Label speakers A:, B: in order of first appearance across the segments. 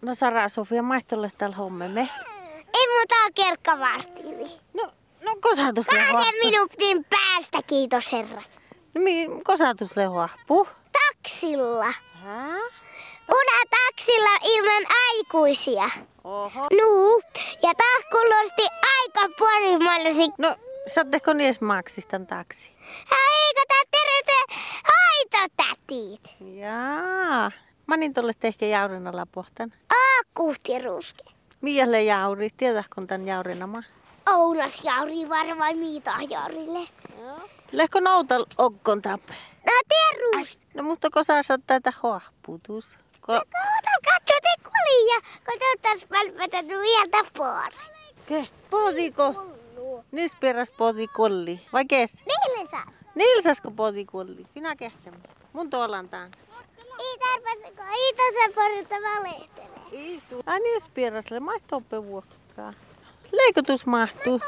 A: No Sara-Sofia, maihtolle täällä hommemme.
B: Ei muuta on kerkkavartili.
A: No, no kosatuslehoa.
B: Kahden minuutin päästä, kiitos herra.
A: No, mi- kosatuslehoa. Puh.
B: Taksilla.
A: Hää?
B: Puna taksilla ilman aikuisia.
A: Oho.
B: Nuu. Ja tahkulusti aika porimallasi.
A: No, saatteko nies maksistan taksi?
B: Eikö tää terveyteen hoitotätit?
A: Jaa. Manin niin tolle tehkä jaurin alapohtan.
B: Akuutti ruske.
A: Mielle jauri? Tiedätkö kun tän jaurinama?
B: Ounas Jauri varmaan Miita Jaurille.
A: Lehko nouta okkon tappe.
B: No terus.
A: No mutta kun saa saattaa tätä hoahputus. Ko...
B: Kato, No, katso te kulia. Kato taas välpätä vielä poor.
A: Ke? Podiko? Nys peräs podikolli. Vai kes?
B: Niille saa.
A: Nilsasko podikolli? Minä kehtsämme. Mun tuolantaan.
B: Ei tarvitse, kun Iita sen porta valehtelee.
A: Ai niin, spirasle, mä toppe vuokkaa. Leikotus mahtuu.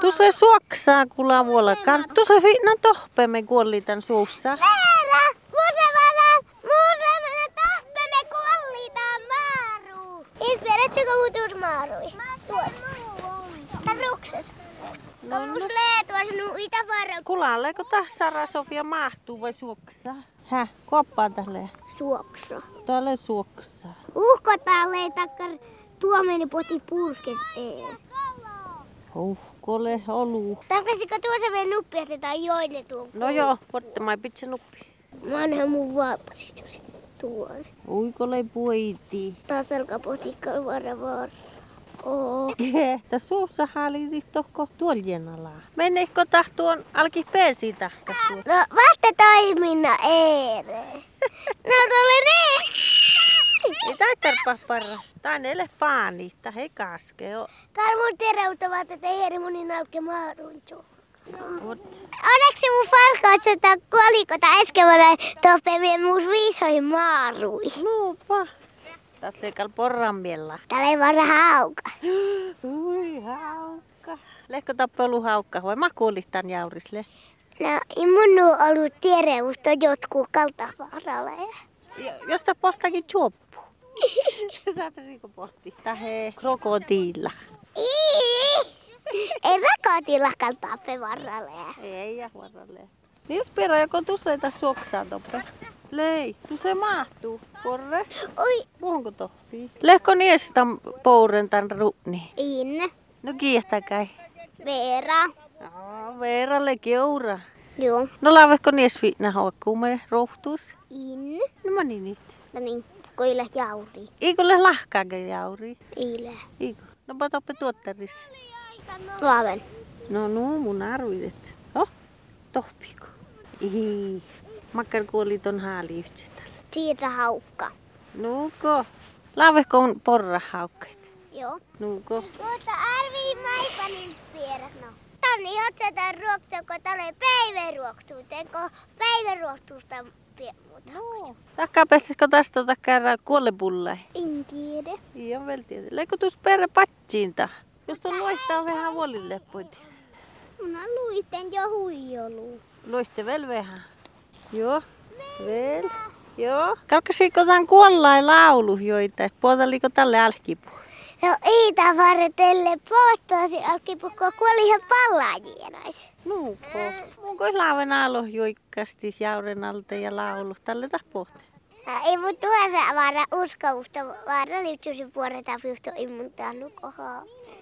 A: Tuossa suoksaa kula vuolakaan. Tuossa finna tohpe me kuolli tän suussa.
B: Veera, muuse valan, muuse valan tahpe me kollitaan maaru. Ei perätsykö uutuus maarui? Tuossa. Rukses.
A: No, no.
B: lee tuossa nuu itävaara.
A: Kula leiko tässä Sara Sofia mahtuu vai suoksaa? Häh, koppaa tälle.
B: Suokso.
A: Tälle suoksaa.
B: Uhkotaan lee takkar tuomeni poti purkes ees.
A: Huhkole oluu.
B: Tarpeisiko tuossa meidän nuppi, että tää on joinen tuon?
A: No joo, voitte mai pitse nuppi.
B: Mä annan mun vaapasi tuossa tuon.
A: Uikole puiti.
B: Taas alkaa potikkaa varavaa. Oo.
A: Tää suussa haliti tohko tuoljen alaa. Menneikö tahtuon alki peesi tahka tuo?
B: No vasta toiminna Eere. No tuli niin.
A: Ei tää tarpa parra. Tää on elefaani. Tää ei kaske oo.
B: Karmun teräyttä vaata, että Eere mun niin naukke maaruntu.
A: Mut
B: Onneksi mun farkaat sota kolikota äsken mä näin toppemien muus viisoi maarui.
A: luupa. Tässä ei kal porran miellä.
B: Täällä ei vaan hauka.
A: Ui haukka. Lehko tappelu haukka. Vai mä kuulit tän jaurisle.
B: No ei mun nuu ollut tiedä, mutta jotkut kaltavaralle.
A: Ja- Jos tää pohtakin chuoppu. Saatesiko pohti? Tää hei krokotiilla.
B: Ii! Ei mä kotilakaan tappe varalle.
A: Ei ja huoralle. Niin spera joko tuseita suoksaa toppe. Lei, tuse mahtuu. Korre.
B: Oi,
A: Muuhunko tohtii? Lehko niestan pourentan ruuni.
B: Inne,
A: No kiihtäkää.
B: Veera.
A: Aa, Veeralle keura.
B: Joo,
A: No laavehko nies viitna hoikkuume rohtuus?
B: Inne.
A: No mä niin niitä.
B: No niin, koilla jauri.
A: Iikolle lahkaake jauri?
B: Ile.
A: Iiko. No patoppe tuottaris.
B: Laaven.
A: No no mun arvidet. Oh, tohpiko. Ihi. Makkar kuoli ton haali yhtse tälle.
B: Siitä haukka.
A: Nuuko. Laavehko on porrahaukkeet.
B: Joo.
A: Nuuko.
B: Mutta arvii maipa niiltä pierät no. Tonni otsetaan ruoktua, kun tälle päiväruoktuu. Teko päiväruoktuusta muuta. No.
A: Takka pehtäkö tästä takkaa kuolepulle.
B: En tiedä.
A: Ihan vel tietysti. Leikko tuus perä patsiinta. Jos tuon luehtaa vähän vuolille pointia.
B: Minä luiten jo huijolu.
A: Luitte vel vähän. Joo. Vel. Joo. Kalkasiko tämän kuollain laulu joita? Puotaliko tälle alkipu?
B: No Iita vartelle pohtoisi alkipukko, kun oli ihan pallaajienaisi.
A: Nuuko. Onko laaven alo joikkasti jauren alta ja laulu? Tälle taas pohti.
B: No, ei mun tuossa vaara uskomusta, vaara liittyisi vuoretaan juuri immuntaan nukohaa.